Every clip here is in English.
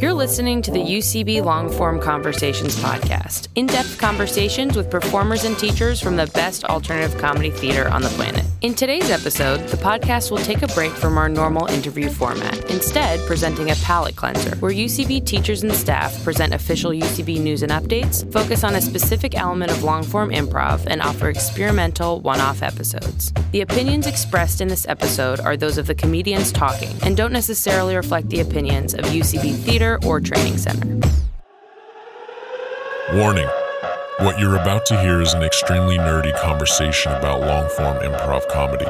You're listening to the UCB Longform Conversations podcast, in depth conversations with performers and teachers from the best alternative comedy theater on the planet. In today's episode, the podcast will take a break from our normal interview format, instead, presenting a palate cleanser, where UCB teachers and staff present official UCB news and updates, focus on a specific element of longform improv, and offer experimental one off episodes. The opinions expressed in this episode are those of the comedians talking and don't necessarily reflect the opinions of UCB theater or training center. Warning What you're about to hear is an extremely nerdy conversation about long form improv comedy.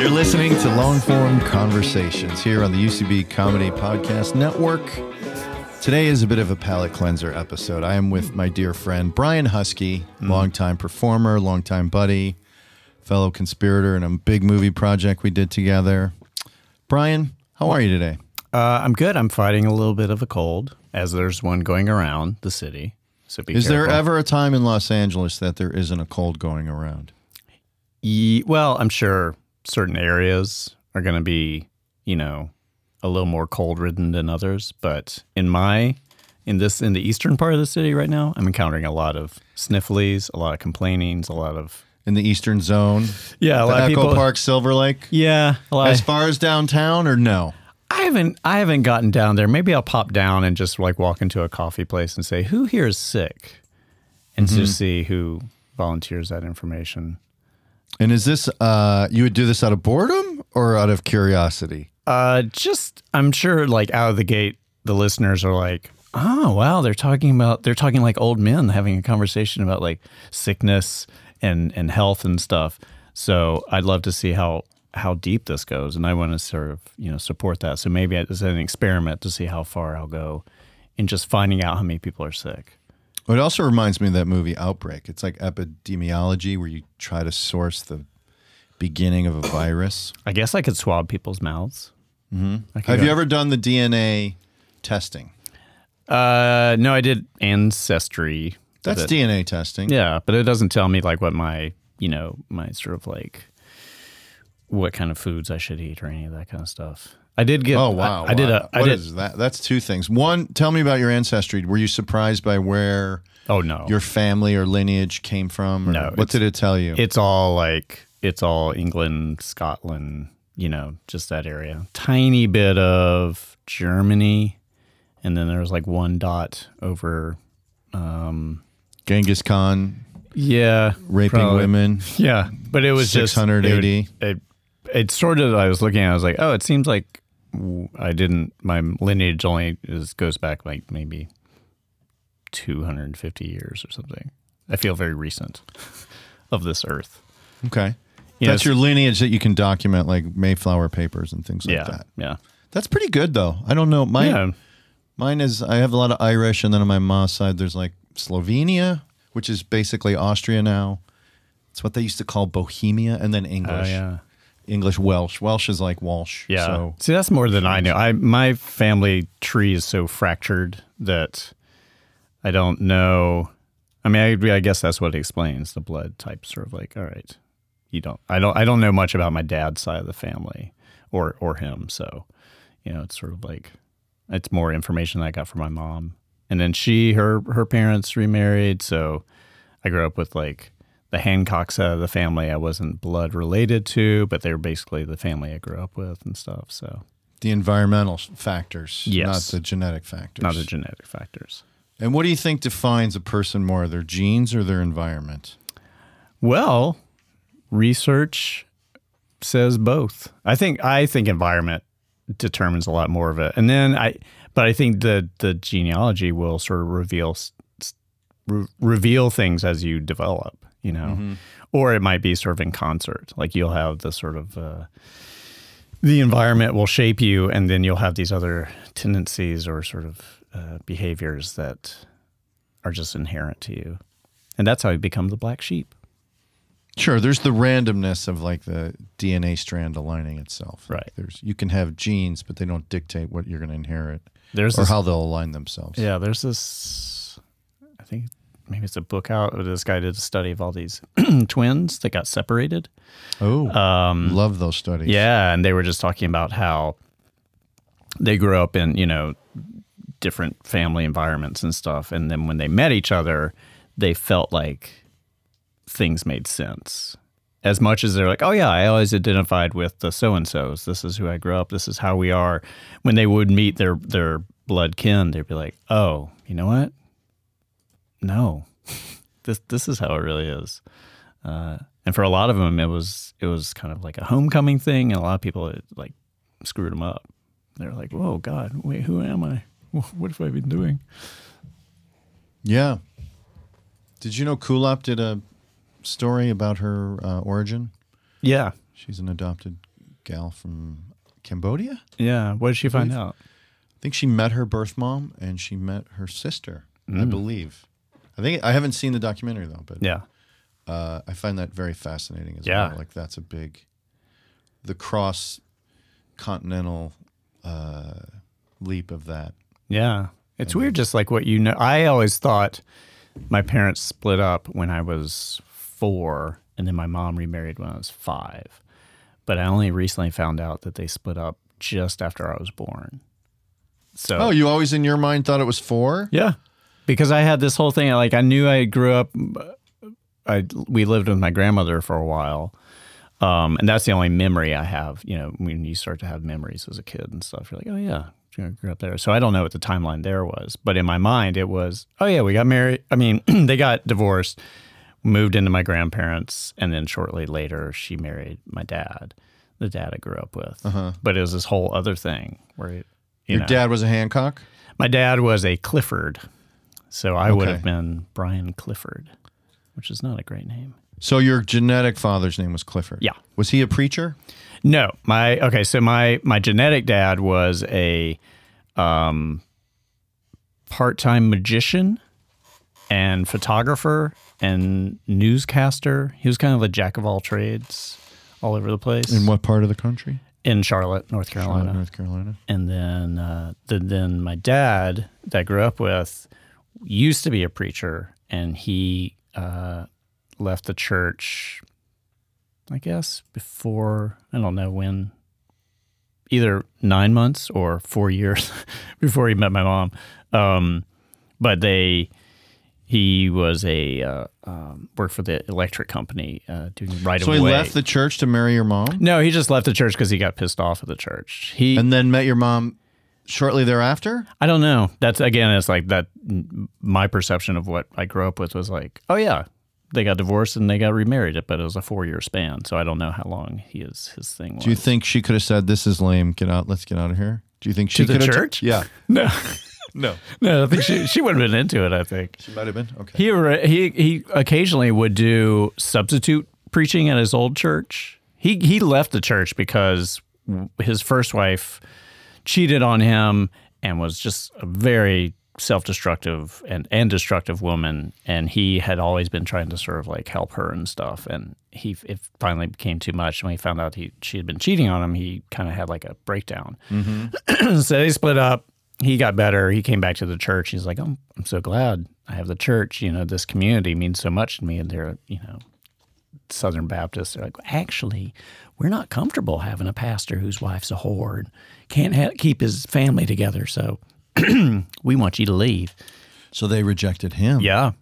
You're listening to Long Form Conversations here on the UCB Comedy Podcast Network. Today is a bit of a palate cleanser episode. I am with my dear friend Brian Husky, Mm. longtime performer, longtime buddy, fellow conspirator in a big movie project we did together. Brian, how are you today? Uh, I'm good. I'm fighting a little bit of a cold, as there's one going around the city. So be Is there careful. ever a time in Los Angeles that there isn't a cold going around? Ye- well, I'm sure certain areas are going to be, you know, a little more cold ridden than others. But in my, in this, in the eastern part of the city right now, I'm encountering a lot of snifflies, a lot of complainings, a lot of In the Eastern Zone? yeah, the a lot of Echo people. Park, Silver Lake? Yeah, a lot. As of- far as downtown or no? I haven't, I haven't gotten down there. Maybe I'll pop down and just like walk into a coffee place and say, "Who here is sick?" and just see who volunteers that information. And is this uh you would do this out of boredom or out of curiosity? Uh, just I'm sure, like out of the gate, the listeners are like, "Oh, wow, they're talking about they're talking like old men having a conversation about like sickness and and health and stuff." So I'd love to see how how deep this goes, and I want to sort of you know support that. So maybe it's an experiment to see how far I'll go in just finding out how many people are sick. It also reminds me of that movie Outbreak. It's like epidemiology where you try to source the beginning of a virus. I guess I could swab people's mouths. Mm-hmm. Have you ever done the DNA testing? Uh, no, I did ancestry. That's But- DNA testing. Yeah, but it doesn't tell me like what my you know my sort of like what kind of foods I should eat or any of that kind of stuff. I did get. Oh wow! I, I did a. wow. I What did. is that? That's two things. One, tell me about your ancestry. Were you surprised by where oh no, your family or lineage came from? Or No, What it's- did it tell you? it's all like it's all England, Scotland. You know, just that area. Tiny bit of Germany, and then there was like one dot over. Genghis Khan Yeah, raping probably- women. Yeah, but it was just 600 it would- AD. It, it sort of. I was looking. at it, I was like, oh, it seems like w- I didn't. My lineage only is, goes back like maybe two hundred and fifty years or something. I feel very recent of this earth. Okay. You know, That's it's- your lineage that you can document like Mayflower papers and things like yeah, that. yeah, That's pretty good though. I don't know. Mine yeah. mine is I have a lot of Irish and then on my mom's side there's like Slovenia, which is basically Austria now. It's what they used to call Bohemia and then Oh, English. yeah. English Welsh. Welsh is like Walsh. Yeah. So See, that's more than I knew. I my family tree is so fractured that I don't know. I mean, I, I guess that's what explains the blood type. Sort of like, all right, you don't. I don't. I don't know much about my dad's side of the family, or or him. So, you know, it's sort of like it's more information I got from my mom, and then she her her parents remarried. So, I grew up with like the Hancock side of the family I wasn't blood related to, but they were basically the family I grew up with and stuff. So the environmental s- factors, Yes. not the genetic factors. not the genetic factors. and what do you think defines a person more, their genes or their environment? Well, research says both. I think I think environment determines a lot more of it, and then I, but I think the the genealogy will sort of reveal s- s- re- reveal things as you develop, you know, or it might be sort of in concert. Like you'll have the sort of uh, the environment will shape you, and then you'll have these other tendencies or sort of uh, behaviors that are just inherent to you, and that's how you become the black sheep. Sure, there's the randomness of like the DNA strand aligning itself. Right. There's you can have genes, but they don't dictate what you're going to inherit There's or this, how they'll align themselves. yeah, there's this. I think maybe it's a book out. but This guy did a study of all these twins that got separated. Oh, um, love those studies. Yeah, and they were just talking about how they grew up in you know different family environments and stuff, and then when they met each other, they felt like things made sense. As much as they're like, oh yeah, I always identified with the so and so's. This is who I grew up. This is how we are. When they would meet their their blood kin, they'd be like, oh, you know what? No, this this is how it really is. Uh, and for a lot of them, it was it was kind of like a homecoming thing, and a lot of people it like screwed them up. They're like, "Whoa, God, wait, who am I? What have I been doing?" Yeah. Did you know Kulop did a story about her uh, origin? Yeah, She's an adopted gal from Cambodia. yeah. What did she find out? I think she met her birth mom and she met her sister, I Mm. believe. I think I haven't seen the documentary though, but Yeah, uh, I find that very fascinating as Yeah. well. Like that's a big, the cross continental uh, leap of that. yeah. It's weird, just like what you know. I always thought my parents split up when I was four, and then my mom remarried when I was five. But I only recently found out that they split up just after I was born. So Oh, you always in your mind thought it was four? Yeah, because I had this whole thing. Like I knew I grew up. I we lived with my grandmother for a while, um, and that's the only memory I have. You know, when you start to have memories as a kid and stuff, you're like, oh yeah, you know, grew up there. So I don't know what the timeline there was, but in my mind, it was, oh yeah, we got married. I mean, they got divorced, moved into my grandparents, and then shortly later, she married my dad. The dad I grew up with, but it was this whole other thing where it, you Your know, dad was a Hancock. my dad was a Clifford, so I would Okay. have been Brian Clifford, which is not a great name. So your genetic father's name was Clifford. Yeah. Was he a preacher? No, my okay. So my my genetic dad was a um, part time magician and photographer and newscaster. He was kind of a jack of all trades, all over the place In what part of the country? in Charlotte, North Charlotte, Carolina. Oh, North Carolina. and then uh, th- then my dad that I grew up with used to be a preacher, and he uh, left the church. I guess before I don't know when, either nine months or four years before he met my mom. Um, but they, he was a uh, um, worked for the electric company uh, doing right So away. he left the church to marry your mom, no, he just left the church because he got pissed off at the church. He and then met your mom shortly thereafter. I don't know. That's again, it's like that. m- My perception of what I grew up with was like, oh yeah, they got divorced and they got remarried, but it was a four year span, so I don't know how long his his thing was. Do you think she could have said, "This is lame. Get out. Let's get out of here"? Do you think she the could church? yeah, no, no, no, I think she she would have been into it. I think she might have been. Okay. he re- he he occasionally would do substitute preaching at his old church. He he left the church because his first wife cheated on him and was just a very self-destructive and and destructive woman and he had always been trying to sort of like help her and stuff and he it finally became too much and when he found out he she had been cheating on him he kind of had like a breakdown so they split up. He got better. He came back to the church. He's like, I'm, I'm so glad I have the church. You know, this community means so much to me. And they're, you know, Southern Baptists. They're like, actually, we're not comfortable having a pastor whose wife's a whore and can't ha- keep his family together. So we want you to leave. So they rejected him. Yeah.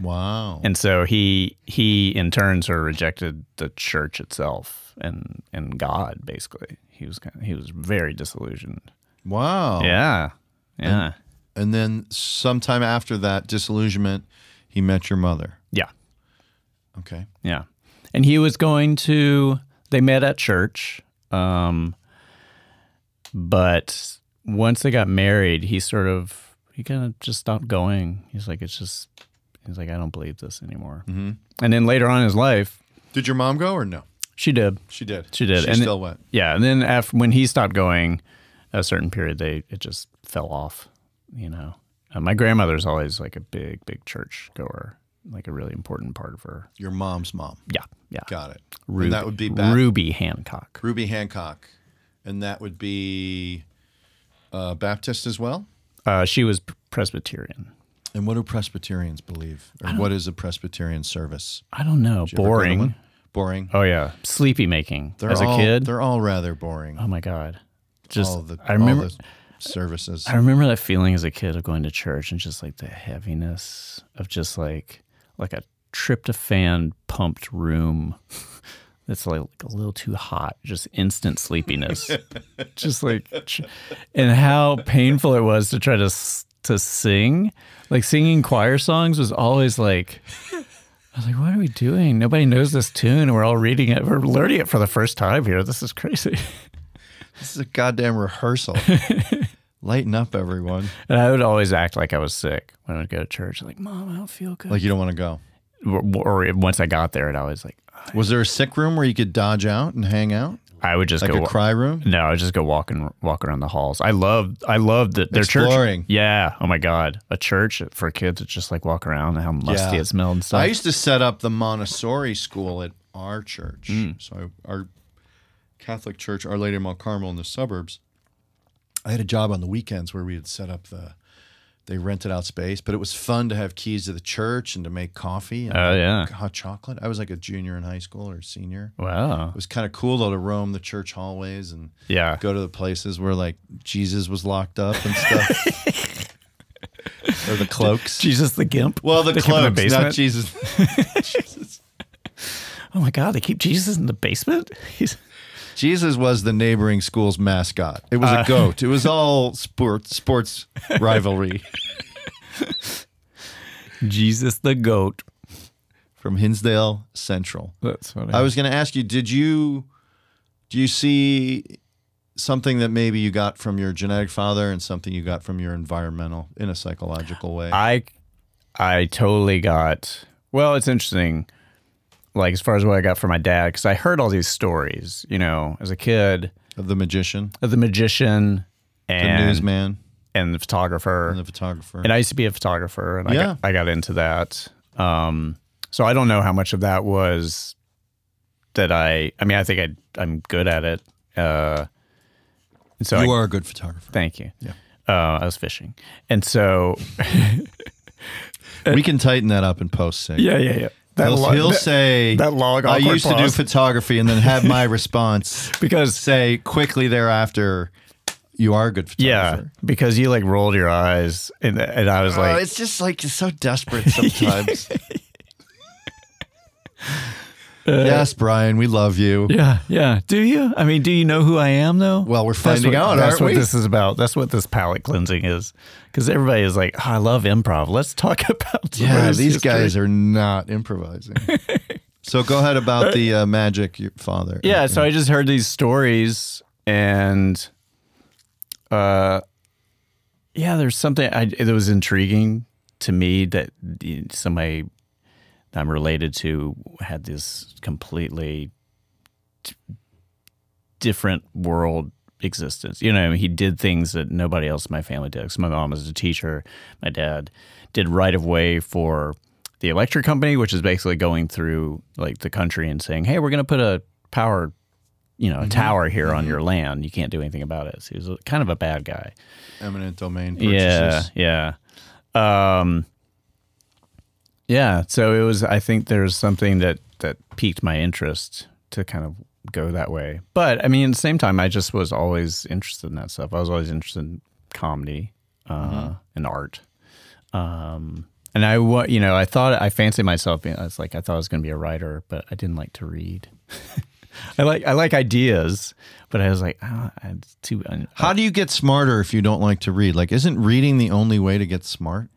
Wow. And so he he in turn sort of rejected the church itself and and God basically. He was kind of, he was very disillusioned. Wow. Yeah. Yeah. Oh. And then sometime after that disillusionment, he met your mother. Yeah. Okay. Yeah. And he was going to, they met at church. Um, but once they got married, he sort of, he kind of just stopped going. He's like, it's just, he's like, I don't believe this anymore. Mm-hmm. And then later on in his life, Did your mom go or no? she did. She did. She did. She And- still went. Yeah. And then after, when he stopped going a certain period, they, it just fell off, you know. Uh, my grandmother's always like a big, big church goer, like a really important part of her. Your mom's mom. Yeah. Yeah. Got it. Ruby, And that would be back. Ruby Hancock. Ruby Hancock, and that would be uh, Baptist as well. Uh, she was Presbyterian. And what do Presbyterians believe? Or what is a Presbyterian service? I don't know. Did you ever go to Boring. one? Boring. Oh yeah, sleepy making They're as all- a kid. They're all rather boring. Oh my god, just all the, I remember. all the services. I remember that feeling as a kid of going to church and just like the heaviness of just like like a tryptophan pumped room that's like a little too hot, just instant sleepiness, just like tr- and how painful it was to try to s- to sing. Like singing choir songs was always like. I was like, what are we doing? Nobody knows this tune. and We're all reading it. We're learning it for the first time here. This is crazy. this is a goddamn rehearsal. Lighten up, everyone. And I would always act like I was sick when I would go to church. Like, mom, I don't feel good. Like you don't want to go. or, or once I got there, it always like Was there a sick room where you could dodge out and hang out, I would just like go. a wa- cry room? no, I would just go walking, walk around the halls. I loved, I loved that their Exploring. church. Yeah. Oh my god, a church for kids it's just like walk around and how musty Yeah. it smelled and stuff. I used to set up the Montessori school at our church. So I, our Catholic church, Our Lady of Mount Carmel in the suburbs. I had a job on the weekends where we had set up the. They rented out space, but it was fun to have keys to the church and to make coffee and oh yeah. hot chocolate. I was like a junior in high school or senior. Wow. It was kind of cool though to roam the church hallways and Yeah. go to the places where like Jesus was locked up and stuff, or the cloaks. Jesus the gimp. Well, the They keep him in cloaks, not basement. Jesus. oh my god, they keep Jesus in the basement. He's Jesus was the neighboring school's mascot. It Uh. was a goat. It was all sports sports rivalry Jesus the goat. from Hinsdale Central. That's funny. I was going to ask you, did you do you see something that maybe you got from your genetic father and something you got from your environmental in a psychological way? I I totally got well, it's interesting. Like as far as what I got from my dad, because I heard all these stories, you know, as a kid of the magician, of the magician the and newsman, and the photographer. and the photographer. And I used to be a photographer, and I, Yeah. got, I got into that. Um, so I don't know how much of that was that I. I mean, I think I I'm good at it. Uh, and so I you are a good photographer. thank you. Yeah. Uh, I was fishing, and so we can tighten that up in post. Sig. yeah, yeah, yeah. That He'll, lo- he'll that- say, that long I awkward used to do pause. photography and then have my response because say quickly thereafter, you are a good Yeah, photographer. because you like rolled your eyes, and and I was Oh, like, it's just like it's so desperate Uh, sometimes. yes, Brian, we love you. yeah, yeah. Do you? I mean, do you know who I am though? Well, we're That's finding what- out, That's aren't what we? this is about. That's what this palate cleansing is, because everybody is like, "Oh, I love improv. Let's talk about Yeah, somebody's these history." guys are not improvising. so go ahead about the uh, magic, your father. Yeah, so I just heard these stories, and uh, yeah, there's something I, that was intriguing to me that the- somebody that I'm related to had this completely d- different world existence. You know, he did things that nobody else in my family did. 'Cause my mom was a teacher, my dad did right of way for the electric company, which is basically going through like the country and saying, "Hey, we're going to put a power." You know, a tower here on your land. You can't do anything about it. So he was a- kind of a bad guy. eminent domain Yeah, purchases. yeah, um, yeah. So it was. I think there's something that that piqued my interest to kind of go that way. But I mean, at the same time, I just was always interested in that stuff. I was always interested in comedy uh, and art. Um, and I, wa- you know, I thought I fancied myself. being- I was like, I thought I was going to be a writer, but I didn't like to read. I like I like ideas, but I was like, ah, it's too. un- How do you get smarter if you don't like to read? Like, isn't reading the only way to get smart?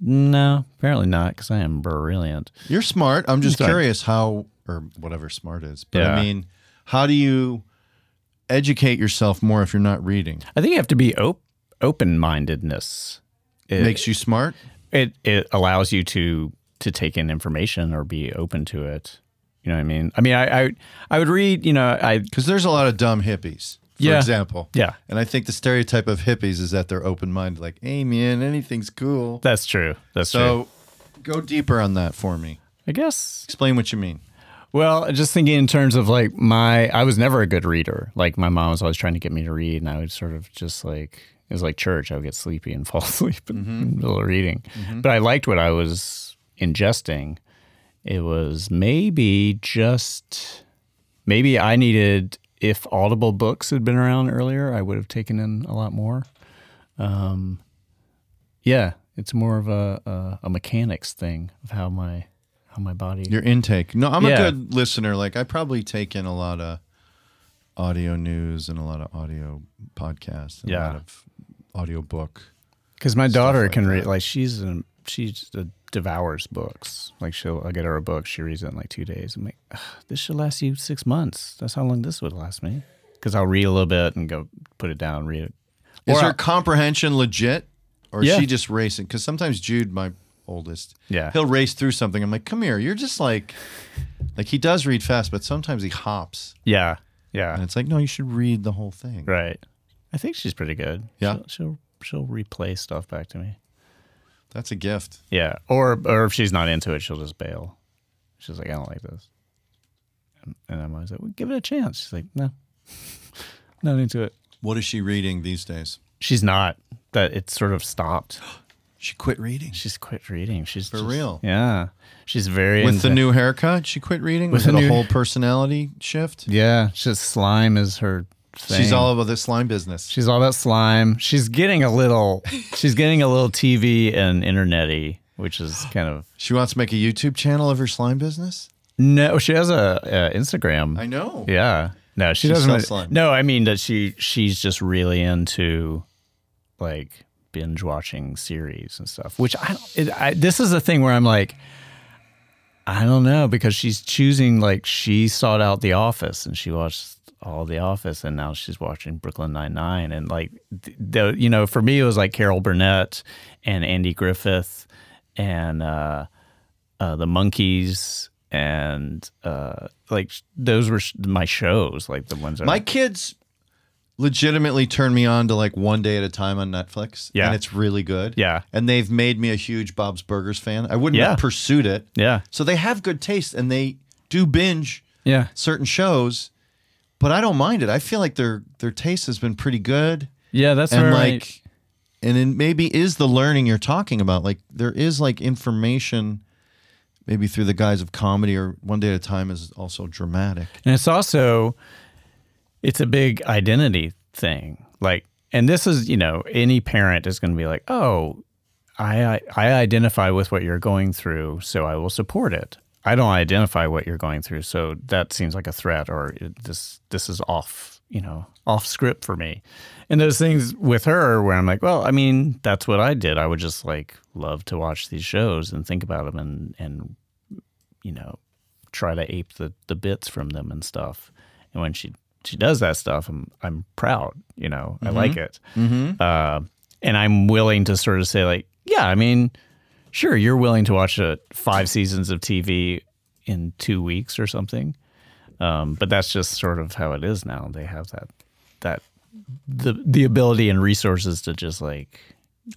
No, apparently not, because I am brilliant. You're smart. I'm just Sorry. curious how, or whatever smart is. But I Yeah. mean, how do you educate yourself more if you're not reading? I think you have to be op- open mindedness. It, Makes you smart. it it allows you to to take in information or be open to it. You know what I mean? I mean, I I, I would read. You know, I Because there's a lot of dumb hippies, for Yeah. example. Yeah. And I think the stereotype of hippies is that they're open minded, like, hey, man, anything's cool. that's true. That's true. So go deeper on that for me. I guess. Explain what you mean. Well, just thinking in terms of like my, I was never a good reader. Like my mom was always trying to get me to read, and I would sort of just like It was like church. I would get sleepy and fall asleep in the middle of reading. But I liked what I was ingesting. It was maybe just maybe I needed if Audible books had been around earlier, I would have taken in a lot more. Um, yeah, it's more of a, a a mechanics thing of how my how my body. Your intake. No, I'm a Yeah. good listener. Like I probably take in a lot of audio news and a lot of audio podcasts and a Yeah. lot of audio book. Because my daughter like can read, that. like she's an, she's a, devours books. Like she'll, I get her a book, she reads it in like two days. I'm like, "Ugh, this should last you six months. That's how long this would last me. Because I'll read a little bit and go put it down, read it. Is Or her I- comprehension legit? Or is Yeah. she just racing? Because sometimes Jude, my oldest, Yeah. he'll race through something. I'm like, come here. You're just like, like he does read fast, but sometimes he hops. Yeah, And yeah, it's like, no, you should read the whole thing. right. I think she's pretty good. Yeah. she'll she'll, she'll replay stuff back to me. That's a gift. Yeah, or or if she's not into it, she'll just bail. She's like, I don't like this, and, and I'm always like, well, give it a chance. She's like, no, not into it. What is she reading these days? She's not. That it's sort of stopped. She quit reading. She's quit reading. She's For just- real? Yeah, she's very With into- the new haircut, she quit reading. With Was it the a new- whole personality shift? Yeah, she's slime is her. Thing. She's all about the slime business. She's all about slime. She's getting a little. she's getting a little TV and internety, which is kind of she wants to make a YouTube channel of her slime business. no. She has a, a Instagram. I know. Yeah. No, she, She doesn't. sells slime. No, I mean that she she's just really into like binge watching series and stuff. Which I, it, I this is the thing where I'm like, I don't know because she's choosing like she sought out The Office and she watched all The Office and now she's watching Brooklyn Nine Nine and like th- the you know for me it was like Carol Burnett and Andy Griffith and. uh uh, the monkeys and uh, like sh- those were sh- my shows like the ones that My kids legitimately turn me on to like one day at a time on Netflix. Yeah. And it's really good. Yeah. And they've made me a huge Bob's Burgers fan. I wouldn't Yeah. have pursued it. yeah So they have good taste and they do binge yeah certain shows, but I don't mind it. I feel like their their taste has been pretty good. yeah that's and where I- like and then maybe is the learning you're talking about like there is like information maybe through the guise of comedy or one day at a time is also dramatic and it's also it's a big identity thing like and this is you know any parent is going to be like oh I, I identify with what you're going through, so I will support it. I don't identify what you're going through, so that seems like a threat, or it- this this is off, you know, off script for me. And those things with her, where I'm like, well, I mean, that's what I did. I would just like love to watch these shows and think about them, and and you know, try to ape the the bits from them and stuff. And when she she does that stuff, I'm I'm proud. You know, I Mm-hmm. like it uh, and I'm willing to sort of say like, yeah, I mean, sure, you're willing to watch uh five seasons of TV in two weeks or something, um, but that's just sort of how it is now. They have that that the the ability and resources to just like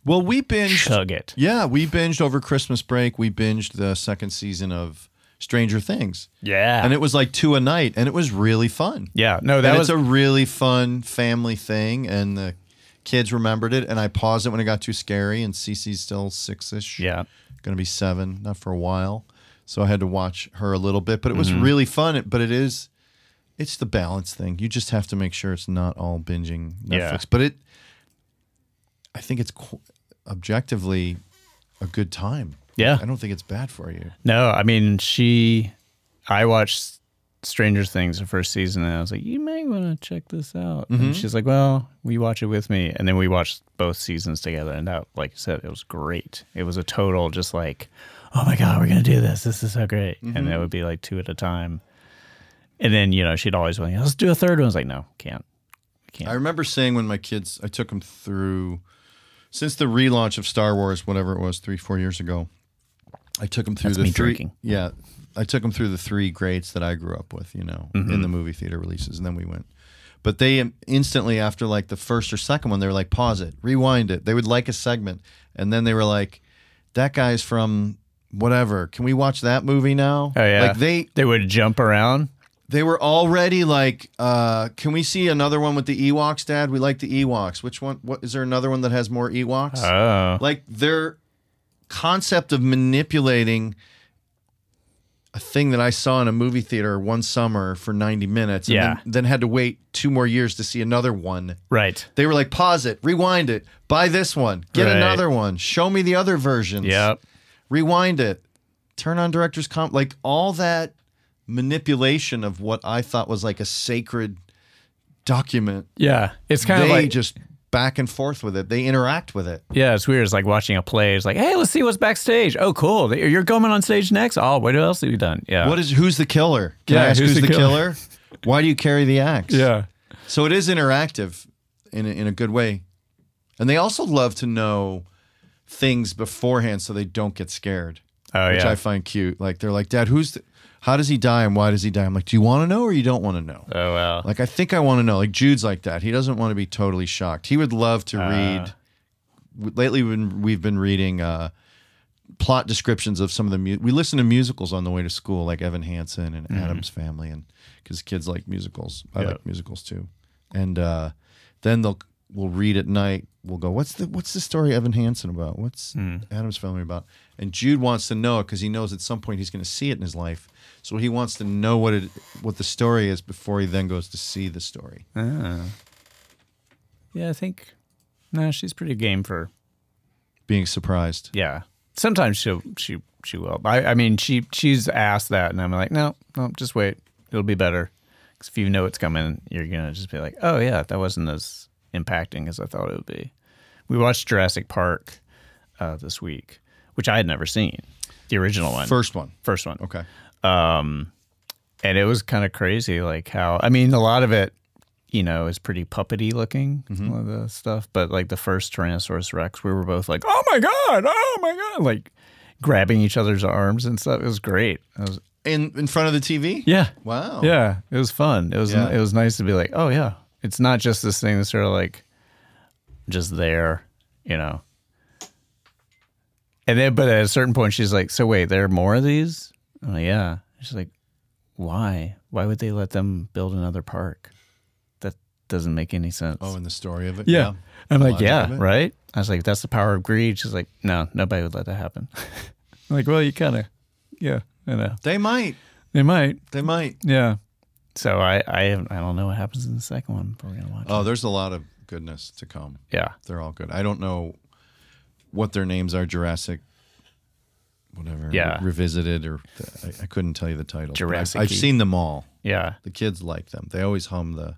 well we binged chug it. yeah we binged over christmas break we binged the second season of stranger things Yeah, and it was like two a night and it was really fun yeah, no, and that was it's a really fun family thing and the kids remembered it and i paused it when it got too scary and cece's still six-ish yeah, going to be seven, not for a while. So I had to watch her a little bit, but it was Mm-hmm. really fun. It- But it is, it's the balance thing. You just have to make sure it's not all binging Netflix. Yeah. But it, I think it's qu- objectively a good time. Yeah. I don't think it's bad for you. no, I mean, she, I watched. Stranger Things, the first season, and I was like, "You may want to check this out." And she's like, "Well, will you watch it with me?" And then we watched both seasons together, and that, like you said, it was great. It was a total just like, "Oh my god, we're gonna do this! This is so great!" And it would be like two at a time. And then you know she'd always be like, "Let's do a third one." I was like, "No, can't." I remember saying when my kids, I took them through, since the relaunch of Star Wars, whatever it was, three, four years ago, I took them through That's the me three. drinking. Yeah. I took them through the three greats that I grew up with, you know, Mm-hmm. in the movie theater releases. And then we went. But they im- instantly, after like the first or second one, they were like, pause it, rewind it. They would like a segment. And then they were like, that guy's from whatever. Can we watch that movie now? Oh yeah, Like they, they would jump around. They were already like, uh, can we see another one with the Ewoks, Dad? We like the Ewoks. Which one? What is there another one that has more Ewoks? Oh. like their concept of manipulating a thing that I saw in a movie theater one summer for 90 minutes and Yeah. then, then had to wait two more years to see another one. Right. They were like, pause it, rewind it, buy this one, get Right. another one, show me the other versions, Yep. rewind it, turn on director's comp. Like all that manipulation of what I thought was like a sacred document. Yeah. It's kind they of like just back and forth with it, they interact with it. yeah, it's weird. It's like watching a play. It's like, hey, let's see what's backstage. Oh, cool. You're going on stage next. Oh, what else have you done? Yeah. What is who's the killer? Can I Yeah, ask who's, who's the the killer? Why do you carry the axe? yeah. So it is interactive in a, in a good way. And they also love to know things beforehand so they don't get scared, Oh which yeah. I find cute. Like they're like, "Dad, who's the, how does he die and why does he die?" I'm like, "Do you want to know or you don't want to know?" oh well. Like I think I want to know. Like Jude's like that. He doesn't want to be totally shocked. He would love to read. w- Lately, we've been- we've been reading uh, plot descriptions of some of the. Mu- we listen to musicals on the way to school, like Evan Hansen and Adam's Family, and because kids like musicals, I Mm-hmm. Yeah. like musicals too. And uh, then they'll we'll read at night. We'll go, what's the what's the story Evan Hansen about? What's Mm. Adam's Family about? And Jude wants to know it because he knows at some point he's going to see it in his life. So he wants to know what it what the story is before he then goes to see the story. Yeah, I think. No, she's pretty game for. Being surprised. Yeah. Sometimes she'll she she will. I I mean she she's asked that and I'm like no no just wait it'll be better because if you know it's coming you're gonna just be like oh yeah that wasn't as impacting as I thought it would be. We watched Jurassic Park uh, this week, which I had never seen the original one, First one. first one. Okay. Um, and it was kind of crazy like how i mean a lot of it you know is pretty puppety looking some of the stuff but like the first tyrannosaurus rex we were both like oh my god oh my god like grabbing each other's arms and stuff it was great I was, In in front of the TV? yeah Wow. yeah it was fun it was Oh. Yeah. it was nice to be like oh yeah it's not just this thing that's sort of like just there you know and then but at a certain point she's like so wait there are more of these oh yeah she's like why why would they let them build another park that doesn't make any sense Oh, in the story of it. yeah. I'm like, Logic of yeah, it. right? I was like, that's the power of greed. She's like, no, nobody would let that happen. I'm like, well, you kind of, yeah, I know. They might. They might, They might. yeah. So I, I, haven't- I don't know what happens in the second one. But we're gonna watch. Oh, there's a lot of goodness to come. it. yeah, They're all good. I don't know what their names are. Jurassic, whatever. Yeah. Revisited, or I, I couldn't tell you the title. but I've- Jurassic-y. I've, seen them all. yeah. The kids like them. They always hum the.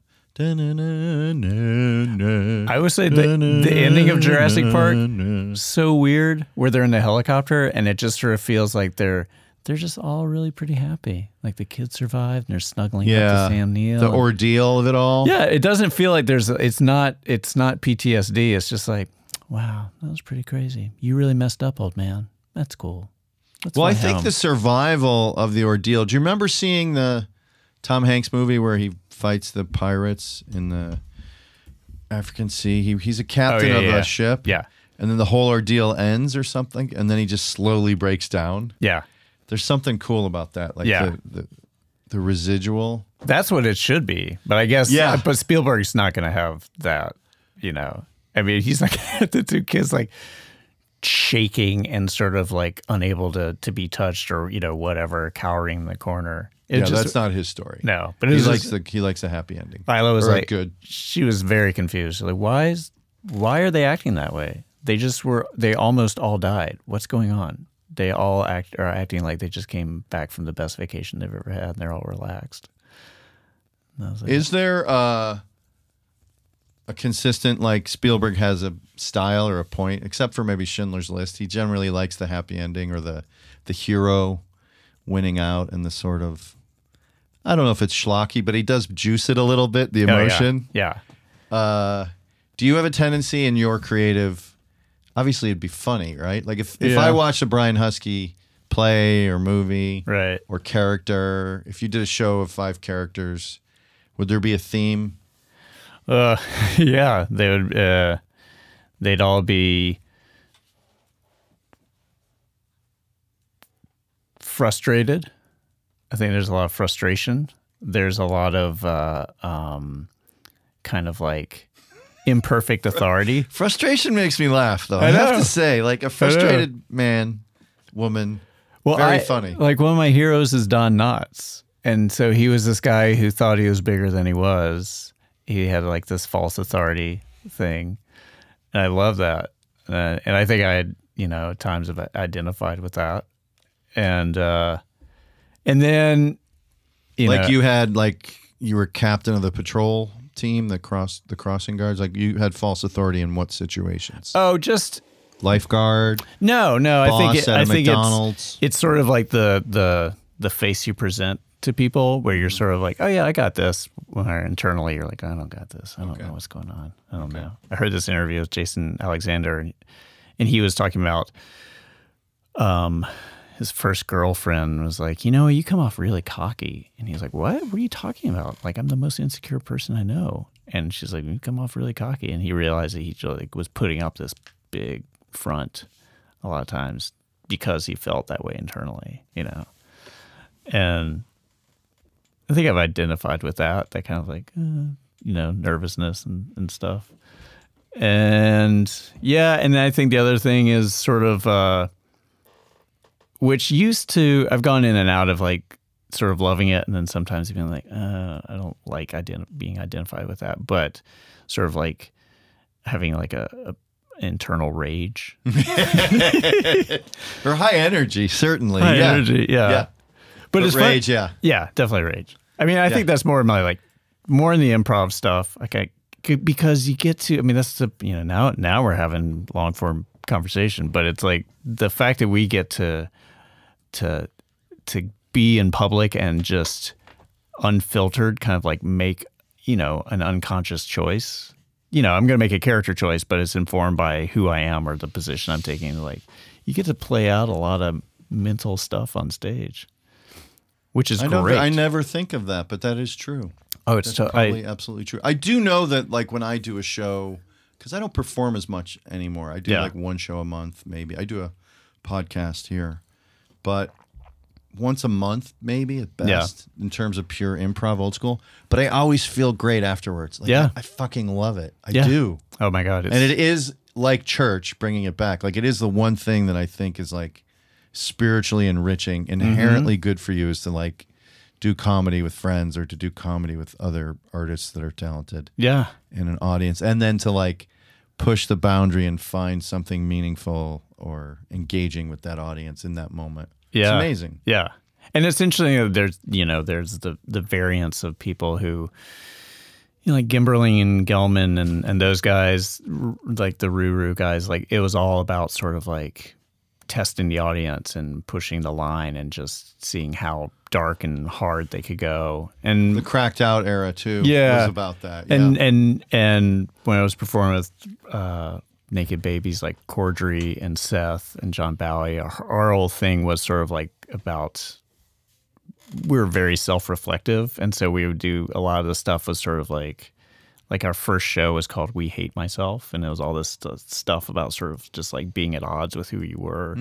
I I would say the, the ending of Jurassic Park was so weird, where they're in the helicopter, and it just sort of feels like they're they're just all really pretty happy, like the kids survived and they're snuggling Yeah. up to Sam Neill. The and- ordeal of it all. Yeah, it doesn't feel like there's. It's not. It's not PTSD. It's just like, wow, that was pretty crazy. You really messed up, old man. That's cool. Let's Well, I fly think home. the survival of the ordeal. Do you remember seeing the Tom Hanks movie where he fights the pirates in the African Sea? He, he's a captain Oh, yeah, of yeah, yeah. a ship. Yeah. And then the whole ordeal ends or something, and then he just slowly breaks down. Yeah, There's something cool about that. Like Yeah. the, the the residual. that's what it should be. But I guess. Yeah. But Spielberg's not going to have that. You know. I mean, he's like the two kids like shaking and sort of like unable to to be touched or you know whatever, cowering in the corner. It yeah, just, that's not his story. no. But it He was likes just- the he likes a happy ending. Viola was Or a like, good. She was very confused. Like, why is, why are they acting that way? They just were. They almost all died. What's going on? They all act are acting like they just came back from the best vacation they've ever had, and they're all relaxed. And I was like, Is there uh, a consistent like Spielberg has a style or a point, except for maybe Schindler's List? He generally likes the happy ending or the the hero winning out and the sort of I don't know if it's schlocky, but he does juice it a little bit the "Oh, yeah, emotion. yeah. Uh, do you have a tendency in your creative? Obviously, it'd be funny, right? Like if if Yeah. I watched a Brian Husky play or movie, right. or character. If you did a show of five characters, would there be a theme? Uh, yeah, they would. Uh, they'd all be frustrated. I think there's a lot of frustration there's a lot of uh, um, kind of like imperfect authority. Frustration makes me laugh, though. I, I have know. to say, like a frustrated man, woman, very I- funny. Like one of my heroes is Don Knotts, and so he was this guy who thought he was bigger than he was. He had like this false authority thing, and I love that. Uh, and I think I had you know at times have identified with that, and uh, and then you like know, you had like you were captain of the patrol team, the cross the crossing guards. Like you had false authority in what situations? oh just Lifeguard, No, no. I think boss it, at a I think McDonald's. it's it's sort of like the the the face you present to people, where you're sort of like, oh yeah, I got this. Where internally you're like, I don't got this. I don't know what's going on. I don't know. I heard this interview with Jason Alexander, and, and he was talking about um his first girlfriend was like, you know, you come off really cocky, and he's like, what? What are you talking about? Like I'm the most insecure person I know, and she's like, you come off really cocky, and he realized that he like was putting up this big front a lot of times because he felt that way internally, you know. And I think I've identified with that, that kind of like, uh, you know, nervousness and, and stuff. And yeah, and I think the other thing is sort of, uh, which used to, I've gone in and out of like sort of loving it and then sometimes being like, uh, I don't like ident- being identified with that, but sort of like having like a, a internal rage or high energy, certainly. High yeah. energy, yeah. yeah. But, But it's rage, fun. yeah. yeah, definitely rage. I mean, I think that's more in my like more in the improv stuff. Like I c because you get to. I mean, that's the you know now now we're having long form conversation, but it's like the fact that we get to to to be in public and just unfiltered, kind of like make you know an unconscious choice. You know, I'm going to make a character choice, but it's informed by who I am or the position I'm taking. Like, you get to play out a lot of mental stuff on stage, which is I great. never, I never think of that, but that is true. Oh, it's to- Probably uh, I, absolutely true. I do know that like when I do a show, because I don't perform as much anymore. I do Yeah. like one show a month, maybe. I do a podcast here, but once a month, maybe at best, in terms of pure improv, old school. But I always feel great afterwards. Like, Yeah. I, I fucking love it. I Yeah. do. oh my god, it's, And it is like church bringing it back. Like it is the one thing that I think is like spiritually enriching, Mm-hmm. inherently good for you is to like do comedy with friends or to do comedy with other artists that are talented yeah, in an audience and then to like push the boundary and find something meaningful or engaging with that audience in that moment. yeah, It's amazing. Yeah, and it's interesting that there's you know there's the the variance of people who. You know, like Gimberling and Gelman and, and those guys, r- like the Ruru guys, like it was all about sort of like testing the audience and pushing the line and just seeing how dark and hard they could go. And The cracked out era too Yeah. was about that. Yeah. and and and when I was performing with uh, Naked Babies, like Cordry and Seth and John Bowie, our, our whole thing was sort of like about we were very self-reflective, and so we would do a lot of the stuff was sort of like like our first show was called "We Hate Myself," and it was all this st- stuff about sort of just like being at odds with who you were.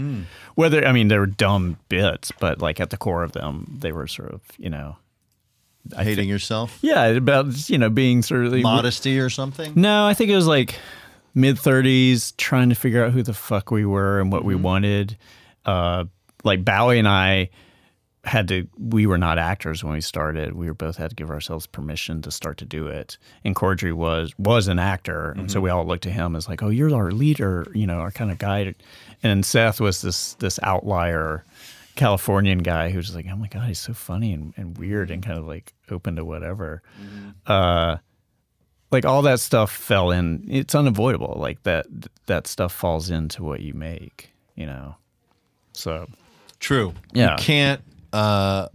Whether I mean they were dumb bits, but like at the core of them, they were sort of you know. hating yourself, Yeah, about you know being sort of modesty or something. no, I think it was like mid thirties, trying to figure out who the fuck we were and what we wanted. Uh, like Bowie and I had to. We were not actors when we started. We were both had to give ourselves permission to start to do it. And Cordry was was an actor, and so we all looked to him as like, "Oh, you're our leader," you know, our kind of guide. And Seth was this this outlier. Californian guy who's like, oh my god, he's so funny and, and weird and kind of like open to whatever Uh, like all that stuff fell in it's unavoidable like that that stuff falls into what you make you know so True. Yeah. You can't. Uh,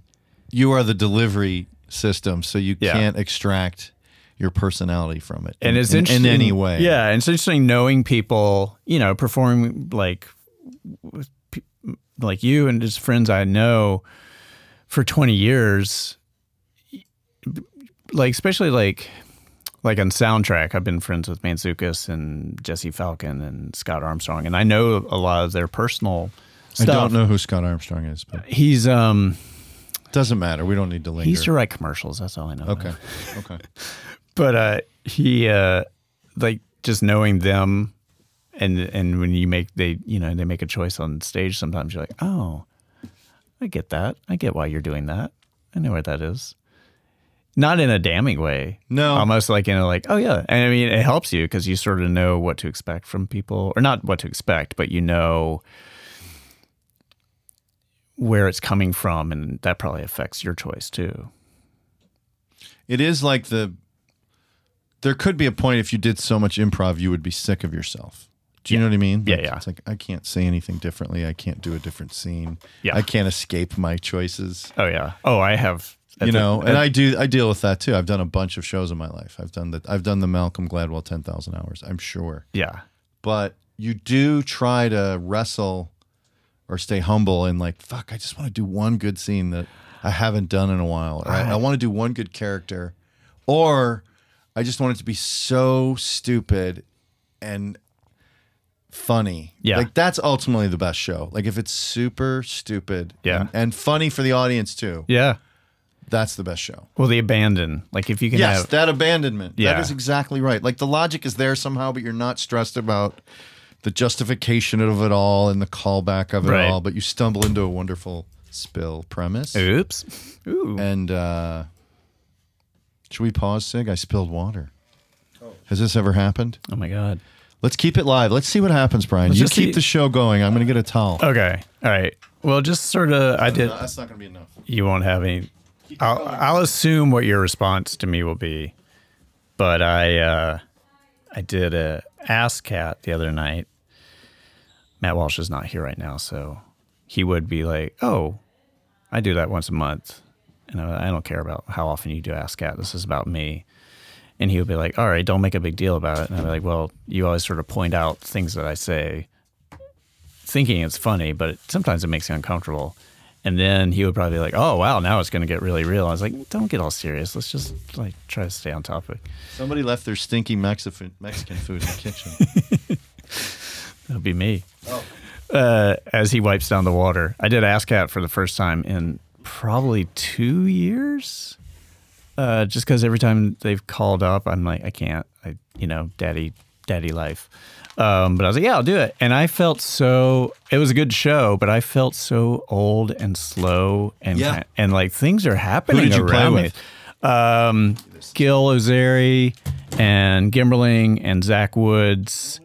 you are the delivery system, so you Yeah. can't extract your personality from it. and in- it's in, in interesting any way. yeah and it's interesting knowing people you know performing like with pe- like you and just friends i know for 20 years like especially like like on soundtrack i've been friends with manzukis and jesse falcon and scott armstrong and i know a lot of their personal I stuff don't know who Scott Armstrong is, but he's um Doesn't matter. We don't need to linger. He used to write commercials. That's all I know. okay. Okay. but uh, he uh, like just knowing them, and and when you make they you know they make a choice on stage, sometimes you're like, oh, I get that. I get why you're doing that. I know where that is. Not in a damning way. No. Almost like in a like, oh yeah. And I mean, it helps you because you sort of know what to expect from people, or not what to expect, but you know where it's coming from, and that probably affects your choice too. It is like the. There could be a point if you did so much improv, you would be sick of yourself. Do you know what I mean? Yeah, Like, yeah. It's like I can't say anything differently. I can't do a different scene. Yeah. I can't escape my choices. Oh yeah. Oh, I have. uh, you know, I. and I do. I deal with that too. I've done a bunch of shows in my life. I've done the. I've done the Malcolm Gladwell ten thousand hours. I'm sure. Yeah. but you do try to wrestle or stay humble and like fuck i just want to do one good scene that i haven't done in a while or I, I want to do one good character or i just want it to be so stupid and funny Yeah. like that's ultimately the best show like if it's super stupid Yeah. and, and funny for the audience too Yeah. that's the best show Well, the abandon. Like if you can Yes, have that abandonment. Yeah. That is exactly right. Like the logic is there somehow, but you're not stressed about the justification of it all and the callback of it Right. all, but you stumble into a wonderful spill premise. Oops. Ooh. And uh should we pause, Sig? I spilled water. Has this ever happened? Oh my god. Let's Let's keep it live. Let's see what happens, Brian. you just keep see- Uh, the show going. I'm going to get a towel. Okay. All right. Well, just sort of I did That's not going to be enough. you won't have any I'll, I'll assume what your response to me will be. But I uh I did a ass cat the other night. Matt Walsh is not here right now, so he would be like, "Oh, I do that once a month." And I I don't care about how often you do ass cat. This is about me. And he would be like, all right, don't make a big deal about it. And I'd be like, well, you always sort of point out things that I say, thinking it's funny, but it, sometimes it makes you uncomfortable. And then he would probably be like, oh, wow, now it's going to get really real. I was like, don't get all serious. Let's just like try to stay on topic. Somebody left their stinky Mexif- Mexican food in the kitchen. That'll be me. Uh, as he wipes down the water. I did ASCAT for the first time in probably two years. Uh, just because every time they've called up, I'm like, I can't. I, you know, daddy, daddy life. Um, but I was like, yeah, I'll do it. And I felt so. It was a good show, but I felt so old and slow and Yeah. ki- and like things are happening you play around me. with? Um, Gil Ozeri and Gimberling and Zach Woods.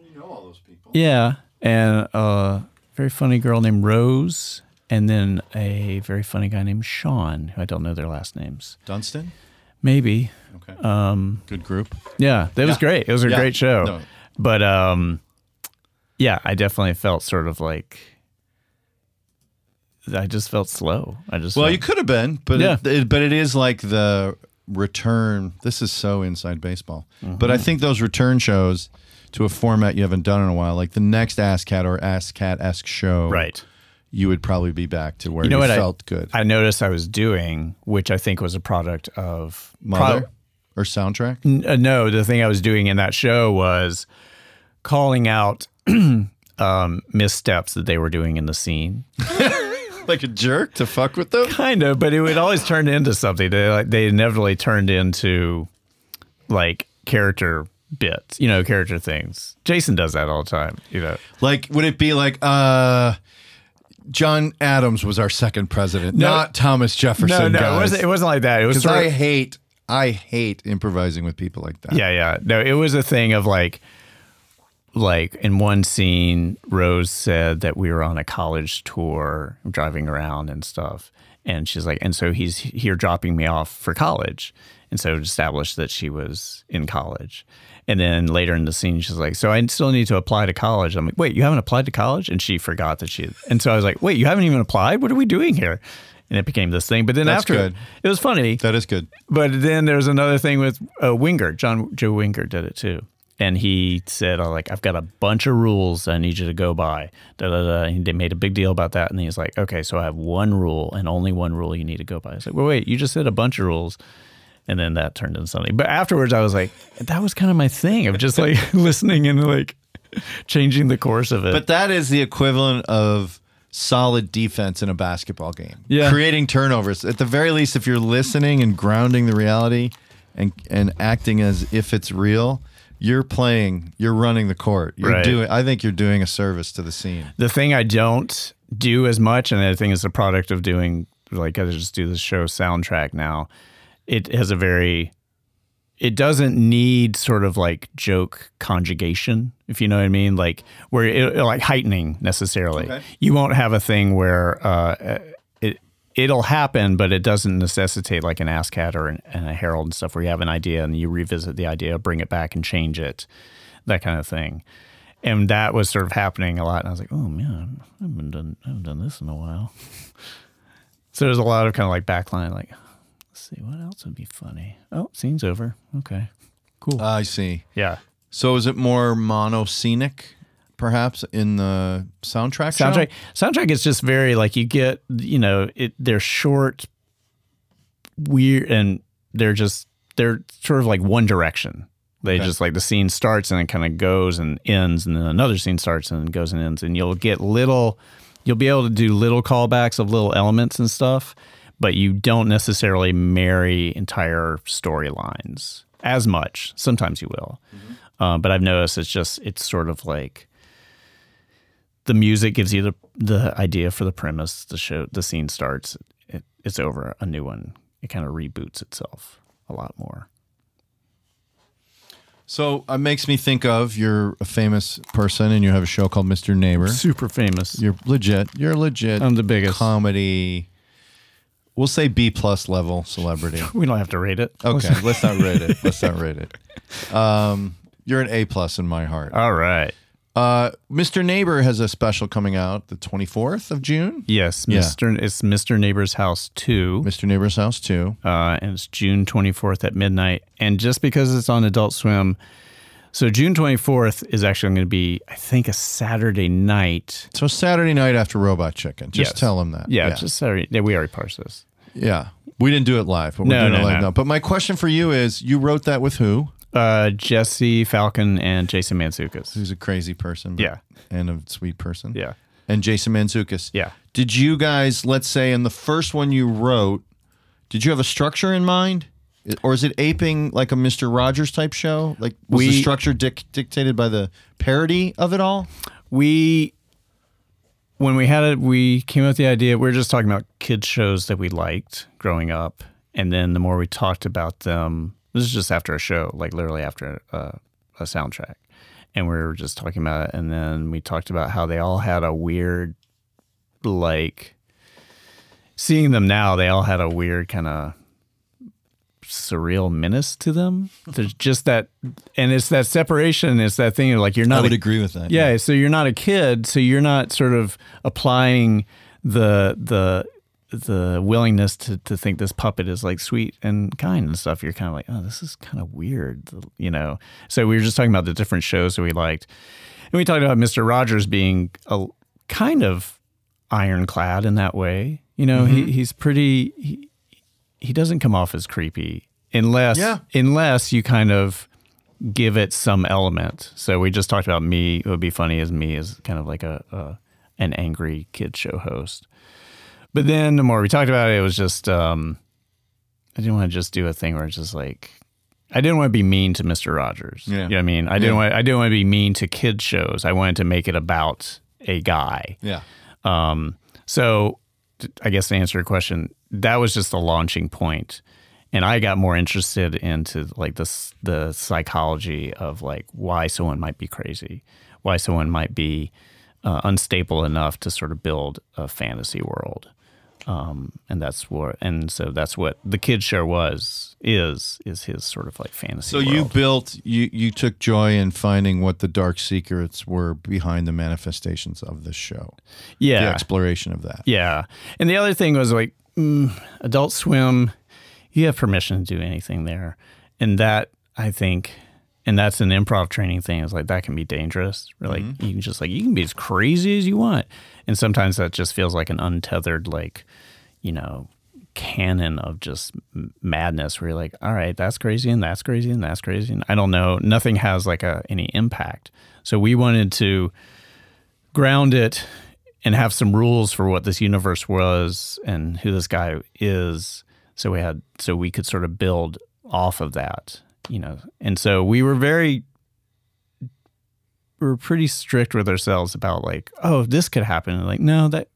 Yeah, and a very funny girl named Rose, and then a very funny guy named Sean, who I don't know their last names. Dunstan? Maybe. Okay. Um, Good group. Yeah, that was Yeah. great. It was a Yeah. great show. No. But um, yeah, I definitely felt sort of like I just felt slow. I just Well, felt- you could have been, but Yeah. it, it- but it is like the return. This is so inside baseball, Mm-hmm. but I think those return shows to a format you haven't done in a while, like the next Ask Cat or Ask Cat esque show, right. You would probably be back to where you, You know what I- felt good, I noticed I was doing, which I think was a product of mother pro- or soundtrack. N- uh, no, the thing I was doing in that show was calling out um, missteps that they were doing in the scene, like a jerk to fuck with them. kind of. But it would always turn into something. They like they inevitably turned into like character bits, you know, character things. Jason does that all the time, you know. Like, would it be like, uh? John Adams was our second president, not Thomas No, Jefferson. no, it wasn't. It wasn't like that. It was because sort I of- hate, I hate improvising with people like that. Yeah, yeah. No, it was a thing of like, like in one scene, Rose said that we were on a college tour, driving around and stuff, and she's like, and so he's here dropping me off for college, and so it established that she was in college, and then later in the scene, she's like, so I still need to apply to college. I'm like, wait, you haven't applied to college, and she forgot that she, had- and so I was like, wait, you haven't even applied? What are we doing here? And it became this thing, but then That's after good. it was funny. that is good. But then there's another thing with uh, Winger. John Joe Winger did it too, and he said, uh, "Like I've got a bunch of rules I need you to go by." Da da da. And they made a big deal about that, and he's like, "Okay, so I have one rule and only one rule you need to go by." It's like, "Well, wait, you just said a bunch of rules." And then that turned into something. But afterwards, I was like, that was kind of my thing of just like listening and like changing the course of it. But that is the equivalent of solid defense in a basketball game. Yeah. Creating turnovers. At the very least, if you're listening and grounding the reality and and acting as if it's real, you're playing, you're running the court. You're Right. doing I think you're doing a service to the scene. the thing I don't do as much, and I think it's a product of doing like I just do the show soundtrack now. It has a very, it doesn't need sort of like joke conjugation, if you know what I mean, like where it, like heightening necessarily. You won't have a thing where uh, it it'll happen, but it doesn't necessitate like an ASCAT or an, and a Herald and stuff where you have an idea and you revisit the idea, bring it back and change it, that kind of thing. And that was sort of happening a lot. And I was like, oh man, I haven't done, I haven't done this in a while. so there's a lot of kind of like backline, like, let's see, what else would be funny? Oh, scene's over. Okay, cool. I see. yeah. So is it more monoscenic, perhaps, in the soundtrack? show? soundtrack soundtrack is just very like you get you know it they're short weird and they're just they're sort of like one direction they Okay. just like the scene starts and it kind of goes and ends and then another scene starts and goes and ends and you'll get little you'll be able to do little callbacks of little elements and stuff but you don't necessarily marry entire storylines as much sometimes you will Mm-hmm. Uh, but i've noticed it's just it's sort of like the music gives you the the idea for the premise. The show, the scene starts. It, it's over. A new one. It kind of reboots itself a lot more. So it makes me think of you're a famous person and you have a show called Mr. Neighbor. Super famous. You're legit. You're legit. I'm the biggest. comedy. We'll say B plus level celebrity. we don't have to rate it. Okay, let's not rate it. Let's not rate it. Um, you're an A plus in my heart. All right. Uh, Mr. Neighbor has a special coming out the 24th of June. Yes, Yeah. Mister. It's Mister Neighbor's House Two, Mr. Neighbor's House too. uh, and it's June 24th at midnight. And just because it's on Adult Swim, so June 24th is actually going to be, I think, a Saturday night. So Saturday night after Robot Chicken. Just Yes. tell him that. Yeah, just Saturday. Yeah, we already parsed this. yeah. We didn't do it live, but we're No, doing it no, live no. now. But my question for you is: You wrote that with who? Uh, Jesse Falcon and Jason Mansukas. Who's a crazy person? but- Yeah. and a sweet person. Yeah. and Jason Manzukis. Yeah. Did you guys, let's say, in the first one you wrote, did you have a structure in mind, I- or is it aping like a Mister Rogers type show? Like was the We- structure dic- dictated by the parody of it all? We when we had it, we came up with the idea. We were just talking about kids shows that we liked growing up, and then the more we talked about them, this is just after a show, like literally after uh, a soundtrack, and we were just talking about it, and then we talked about how they all had a weird, like, seeing them now, they all had a weird kind of surreal menace to them. There's just that, and it's that separation. It's that thing of like you're not a- agree with that. yeah, so you're not a kid, so you're not sort of applying the the the willingness to, to think this puppet is like sweet and kind and stuff. You're kind of like, oh, this is kind of weird, you know. So we were just talking about the different shows that we liked, and we talked about Mister Rogers being a kind of ironclad in that way. You know, Mm-hmm. he, he's pretty. He, he doesn't come off as creepy unless Yeah. unless you kind of give it some element. So we just talked about me. It would be funny as me as kind of like a, a an angry kid show host. But then the more we talked about it, it was just um, I didn't want to just do a thing where it's just like I didn't want to be mean to Mister Rogers. Yeah. You know what I mean? I didn't Yeah. want I didn't want to be mean to kid shows. I wanted to make it about a guy. yeah. Um, so t- I guess to answer your question, that was just the launching point. And I got more interested into like this the psychology of like why someone might be crazy, why someone might be uh, unstable enough to sort of build a fantasy world. Um, and that's what, and so that's what the kid show was, is, is his sort of like fantasy. So you world. built, you you took joy in finding what the dark secrets were behind the manifestations of this show. The yeah, exploration of that. Yeah. And the other thing was like, mm, Adult Swim, you have permission to do anything there. And that, I think, and that's an improv training thing is like, that can be dangerous. Or like, you can just like, you can be as crazy as you want. And sometimes that just feels like an untethered, like, you know, canon of just m- madness where you're like, all right, that's crazy and that's crazy and that's crazy. And I don't know. Nothing has like a, any impact. So we wanted to ground it and have some rules for what this universe was and who this guy is. So we had so we could sort of build off of that, you know. And so we were very we were pretty strict with ourselves about like, oh, this could happen. And like, no, that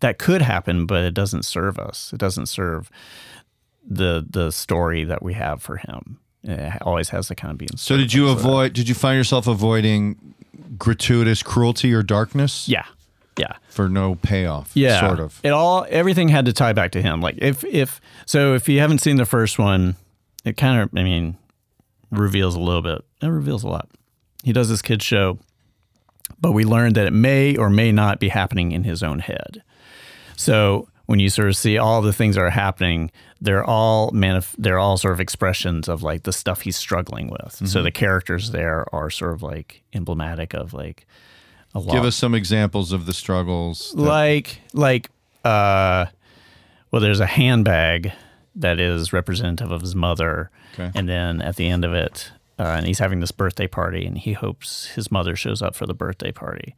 that could happen, but it doesn't serve us. It doesn't serve the the story that we have for him. It always has to kind of be. in So did you service of that. avoid? Did you find yourself avoiding gratuitous cruelty or darkness? Yeah, yeah. For no payoff. yeah Sort of. it all everything had to tie back to him like if if so if you haven't seen the first one it kind of i mean reveals a little bit it reveals a lot he does this kid show but we learned that it may or may not be happening in his own head so when you sort of see all the things that are happening they're all manif- they're all sort of expressions of like the stuff he's struggling with Mm-hmm. so the characters there are sort of like emblematic of like a lot Give us some examples of the struggles. that- like like uh well there's a handbag that is representative of his mother Okay. and then at the end of it uh, and he's having this birthday party and he hopes his mother shows up for the birthday party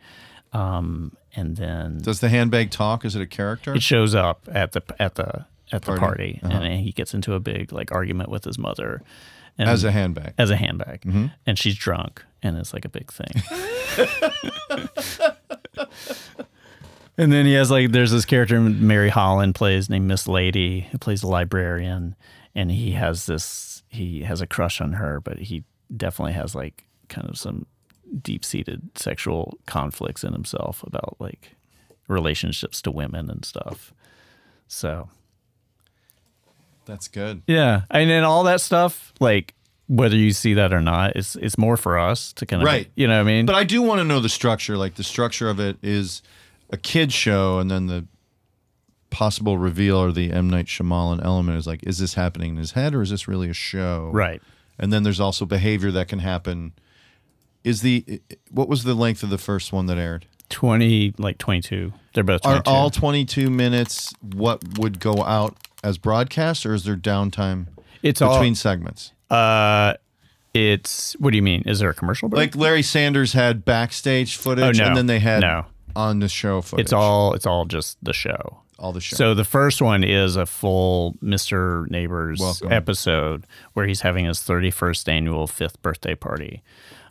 um and then does the handbag talk? Is it a character? it shows up at the at the at the Party. Uh-huh. party, and he gets into a big like argument with his mother and As a handbag. as a handbag and she's drunk and it's like a big thing and then he has like there's this character mary holland plays named miss lady who plays a librarian and he has this he has a crush on her but he definitely has like kind of some deep-seated sexual conflicts in himself about like relationships to women and stuff so That's good. yeah, and then all that stuff, like whether you see that or not, it's it's more for us to kind of Right. You know what I mean? But I do want to know the structure. Like the structure of it is a kid show, and then the possible reveal or the M Night Shyamalan element is like, is this happening in his head, or is this really a show? right. And then there's also behavior that can happen. Is the what was the length of the first one that aired? Twenty, like twenty-two. They're both Are 22. all 22 minutes what would go out as broadcast, or is there downtime it's between segments? all. Uh, it's what do you mean? Is there a commercial break? Like Larry Sanders had backstage footage, Oh, no. and then they had No. on the show footage. it's all. It's all just the show. all the show. So the first one is a full Mr. Neighbors Welcome. episode where he's having his 31st annual fifth birthday party.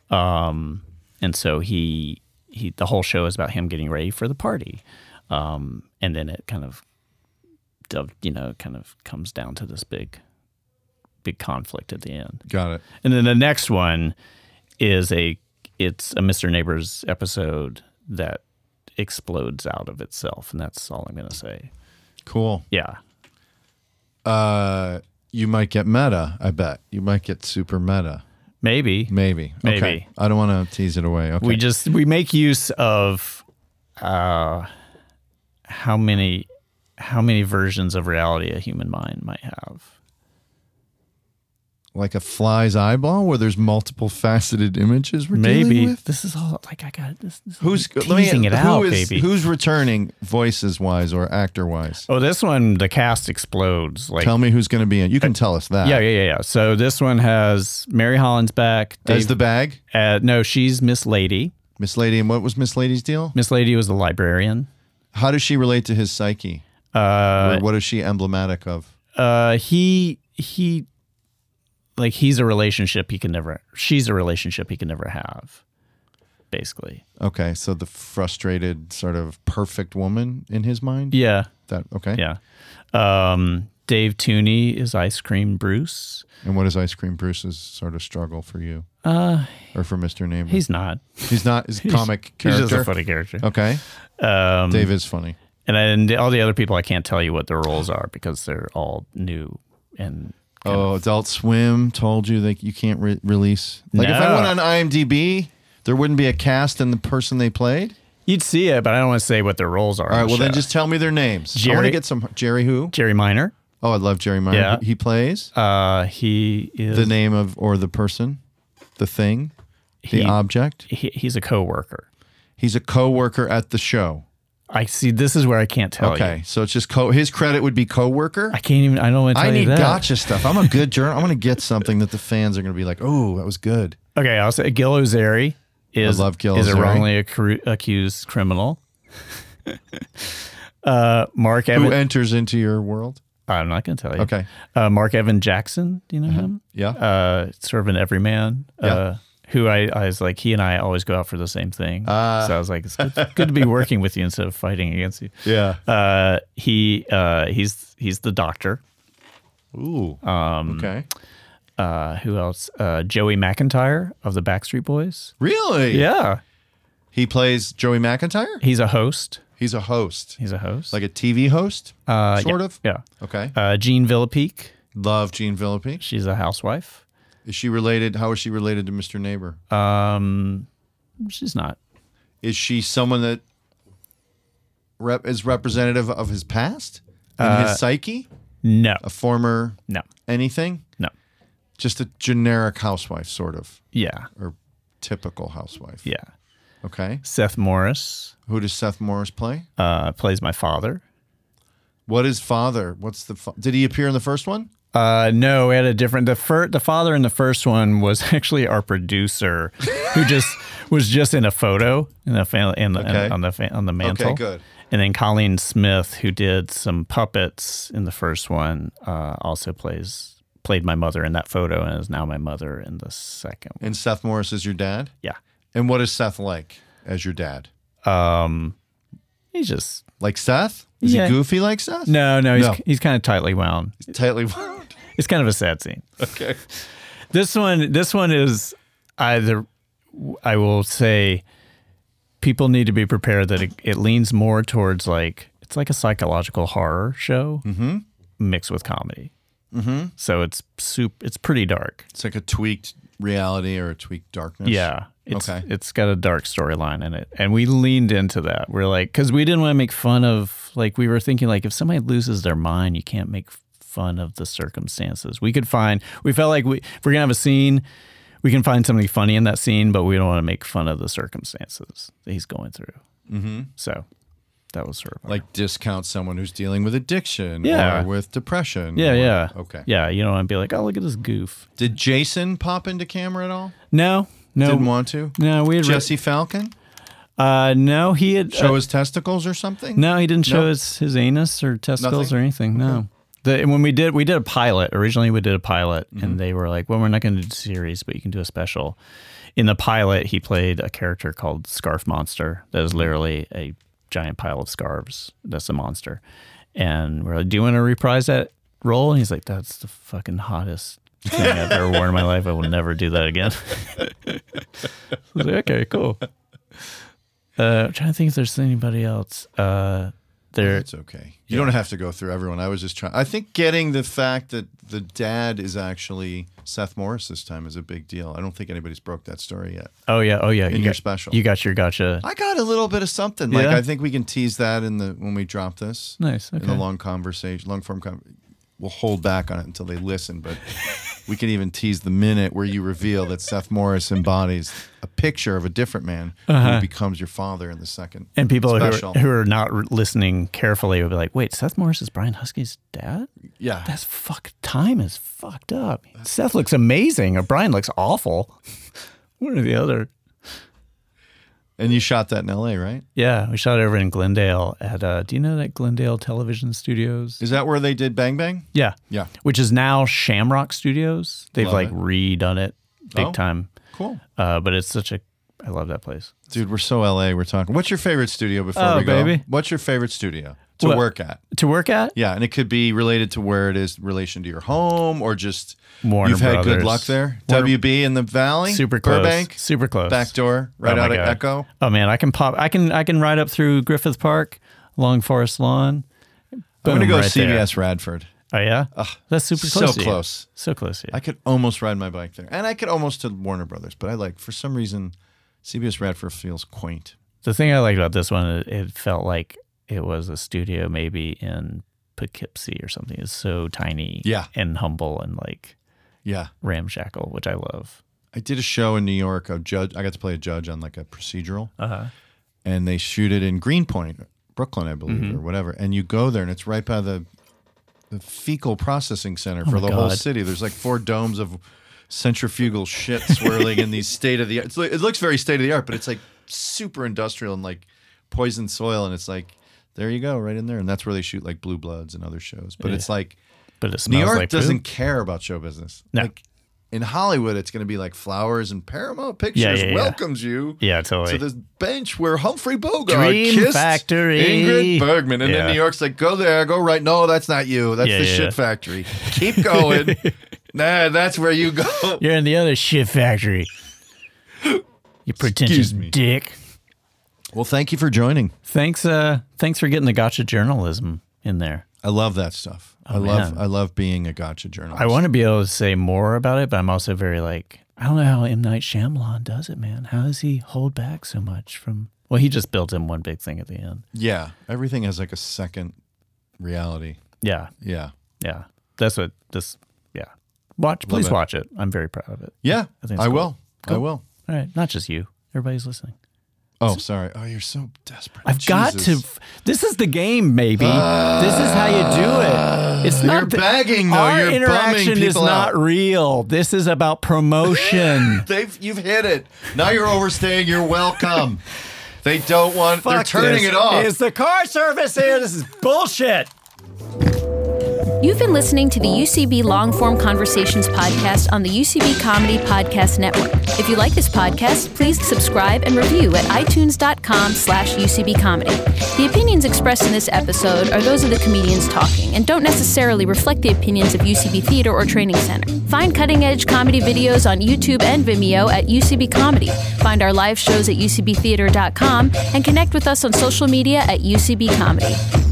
Um, and so he, he, the whole show is about him getting ready for the party. Um, and then it kind of, dove, you know, kind of comes down to this big, big conflict at the end. Got it. And then the next one is a it's a Mr. Neighbors episode that explodes out of itself, and that's all I'm going to say. Cool. Yeah. Uh, you might get meta. I bet you might get super meta. Maybe. Maybe. Maybe. Okay. I don't want to tease it away. Okay. We just we make use of uh how many how many versions of reality a human mind might have. like a fly's eyeball, where there's multiple faceted images. We're dealing Maybe with? this is all like I got this, this Who's let me- teasing it who out, is- baby. Who's returning voices wise or actor wise? oh, this one the cast explodes like Tell me who's going to be in. You can tell us that. Uh, yeah, yeah, yeah, yeah. So this one has Mary Holland's back. As Dave- the bag, uh, no, she's Miss Lady. Miss Lady, and what was Miss Lady's deal? Miss Lady was the librarian. How does she relate to his psyche? Uh, or what is she emblematic of? uh, he he, like he's a relationship he can never. She's a relationship he can never have. Basically, Okay, so the frustrated sort of perfect woman in his mind. yeah, That okay. yeah. Um, Dave Tooney is Ice Cream Bruce. And what is Ice Cream Bruce's sort of struggle for you? Uh, or for Mr. Neighbor? he's not. he's not his comic He's character. just a funny character. Okay. Oh. Um, Dave is funny. and then all the other people, I can't tell you what their roles are because they're all new and Oh, Adult Swim told you that you can't re- release. Like if I No. went on IMDb, there wouldn't be a cast and the person they played. you'd see it, but I don't want to say what their roles are. All on right, the well then show. just tell me their names. I want to Jerry- get some Jerry who? Jerry Minor. Oh, I love Jerry Meyer. Yeah. He plays Uh, he is the name of or the person, the thing, the He- object. he, he's a coworker. He's a coworker at the show. I see. This is where I can't tell Okay, you. so it's just co. His credit would be coworker. Oh, I can't even. I don't want to I tell you need that. gotcha stuff. I'm a good journal. I want to get something that the fans are going to be like, "Oh, that was good." Okay, I'll say Gil Ozeri is I love Gil is a Ozeri. wrongly accru- accused criminal. Uh, Mark Who Evan. enters into your world? I'm not going to tell you. Okay. Mm-hmm. Uh, Mark Evan Jackson. Do you know him? Yeah. Uh, sort of an everyman. Yeah. Uh, who I, I was like, he and I always go out for the same thing. Uh. so I was like, it's good, good to be working with you instead of fighting against you. yeah. Uh, he uh, he's he's the doctor. Ooh. Um, okay. Uh, who else? Uh, Joey McIntyre of the Backstreet Boys. Really? Yeah, He plays Joey McIntyre. he's a host. He's a host, He's a host. like a TV host, uh, sort yeah, of. Yeah. Okay. Uh, Jean Villapique. Love Gene Philippi. She's a housewife. Is she related? How is she related to Mr. Neighbor? Um, she's not. is she someone that rep- is representative of his past and Uh, his psyche? No. A former No. anything? No. Just a generic housewife, sort of, Yeah. or typical housewife. Yeah. Okay. Seth Morris Who does Seth Morris play? uh, plays my father. What is father? What's the fa- did he appear in the first one? Uh, no, we had a different. The fir- the father in the first one was actually our producer, who just was just in a photo in the fan, in the, Okay. on the fa- on the mantle. good. And then Colleen Smith, who did some puppets in the first one, uh, also plays played my mother in that photo and is now my mother in the second. one. And Seth Morris is your dad. Yeah, And what is Seth like as your dad? um, he's just Like Seth? Is Yeah. he goofy like Seth? no, no. He's No. he's kind of tightly wound. Tightly wound. It's kind of a sad scene. okay. This one, this one is either. I will say, people need to be prepared that it, it leans more towards like it's like a psychological horror show mixed with comedy. Mm-hmm. So it's soup. It's pretty dark. It's like a tweaked reality or a tweaked darkness. Yeah. It's, Okay. It's got a dark storyline in it. And we leaned into that. We're like, because we didn't want to make fun of, like, we were thinking, like, if somebody loses their mind, you can't make fun of the circumstances. We could find, we felt like we, if we're going to have a scene, we can find something funny in that scene, but we don't want to make fun of the circumstances that he's going through. Mm-hmm. So that was sort of our- like discount someone who's dealing with addiction Yeah. or with depression. yeah, or- yeah. Okay. Yeah. You don't want to be like, oh, look at this goof. Did Jason pop into camera at all? No, no. Didn't want to. no, we had re- Jesse Falcon Uh, no, he had show his testicles or something. No, he didn't show No? his, his anus or testicles Nothing? or anything. No. The, and when we did, we did a pilot. Originally, we did a pilot, Mm-hmm. and they were like, "Well, we're not going to do series, but you can do a special." In the pilot, he played a character called Scarf Monster. That is literally a giant pile of scarves. That's a monster. And we're like, "Do you want to reprise that role?" And he's like, "That's the fucking hottest thing I've ever worn in my life. I will never do that again." I was like, okay, cool. Uh, I'm trying to think if there's anybody else. Uh, there, It's okay. You don't have to go through everyone. I was just trying. I think getting the fact that the dad is actually Seth Morris this time is a big deal. I don't think anybody's broke that story yet. oh yeah, oh yeah, you your got, special. You got your gotcha. I got a little bit of something. Like Yeah? I think we can tease that in the when we drop this. Nice. Okay. in the long conversation, long form con- We'll hold back on it until they listen, but we can even tease the minute where you reveal that Seth Morris embodies a picture of a different man who becomes your father in the second. Uh-huh. and people who special. are, who are not re- listening carefully would be like, "Wait, Seth Morris is Brian Husky's dad? yeah, That's fuck. Time is fucked up. Seth looks amazing, or Brian looks awful. One or the other." and you shot that in L.A., right? Yeah, we shot over in Glendale at. Uh, do you know that Glendale Television Studios? Is that where they did Bang Bang? Yeah. Yeah. Which is now Shamrock Studios. They've Love like it. redone it big Oh. time. Cool, Uh, but it's such a I love that place. dude. We're so L.A. We're talking. What's your favorite studio before Oh, we go? baby. What's your favorite studio to What? work at? To work at? Yeah, and it could be related to where it is, in relation to your home, or just Warner you've had good Brothers. luck there. Warner- WB in the Valley, Super close. Burbank, Super close. back door, right Oh my out of God. Echo. Oh man, I can pop I can I can ride up through Griffith Park, along Forest Lawn. I'm gonna Boom, go right there. CVS Radford. Oh yeah? That's super Uh, so close. to you. close. So close. to you. I could almost ride my bike there, and I could almost to Warner Brothers, but I like for some reason CVS Radford feels quaint. the thing I liked about this one, it, it felt like it was a studio maybe in Poughkeepsie or something. It's so tiny Yeah. and humble and like Yeah, ramshackle, which I love. I did a show in New York. A judge, I got to play a judge on like a procedural, and they shoot it in Greenpoint, Brooklyn, I believe, Mm-hmm. or whatever. And you go there, and it's right by the the fecal processing center for Oh my the whole God. city. There's like four domes of centrifugal shit swirling in these state of the art. It looks very state of the art, but it's like super industrial and like poison soil, and it's like there you go, right in there, and that's where they shoot like Blue Bloods and other shows. But it's like But it smells New York like doesn't Food. care about show business. No. Like in Hollywood, it's going to be like flowers and Paramount Pictures yeah, yeah. welcomes you. Yeah, totally. To this bench where Humphrey Bogart Dream kissed Factory. Ingrid Bergman, and Yeah. then New York's like, "Go there, go right." No, that's not you. That's Yeah, the yeah, shit yeah. factory. Keep going. nah, that's where you go. You're in the other shit factory. You pretentious me. dick. Well, thank you for joining. Thanks, uh, thanks for getting the gotcha journalism in there. I love that stuff. I love. Oh, man. I love being a gotcha journalist. I want to be able to say more about it, but I'm also very like, I don't know how M. Night Shyamalan does it, man. How does he hold back so much from. Well, he just built in one big thing at the end. Yeah, everything has like a second reality. Yeah. Yeah, Yeah. That's what this. Yeah. Watch. Please it. watch it. I'm very proud of it. yeah. I I, think it's cool. will. I will. All right. Not just you. Everybody's listening. Oh, sorry. Oh, you're so desperate. I've got to. Jesus. f- This is the game, baby. this is how you do it. It's not you're the- begging, though. Our You're bumming interaction is people not out. real. This is about promotion. They've you've hit it. Now you're overstaying. You're welcome. they don't want. they're Fuck turning this. it off. It's the car service here. This is bullshit. You've been listening to the UCB Longform Conversations podcast on the UCB Comedy Podcast Network. If you like this podcast, please subscribe and review at itunes.com slash UCB Comedy. The opinions expressed in this episode are those of the comedians talking and don't necessarily reflect the opinions of UCB Theater or Training Center. Find cutting-edge comedy videos on YouTube and Vimeo at UCB Comedy. Find our live shows at ucbtheater.com and connect with us on social media at UCB Comedy.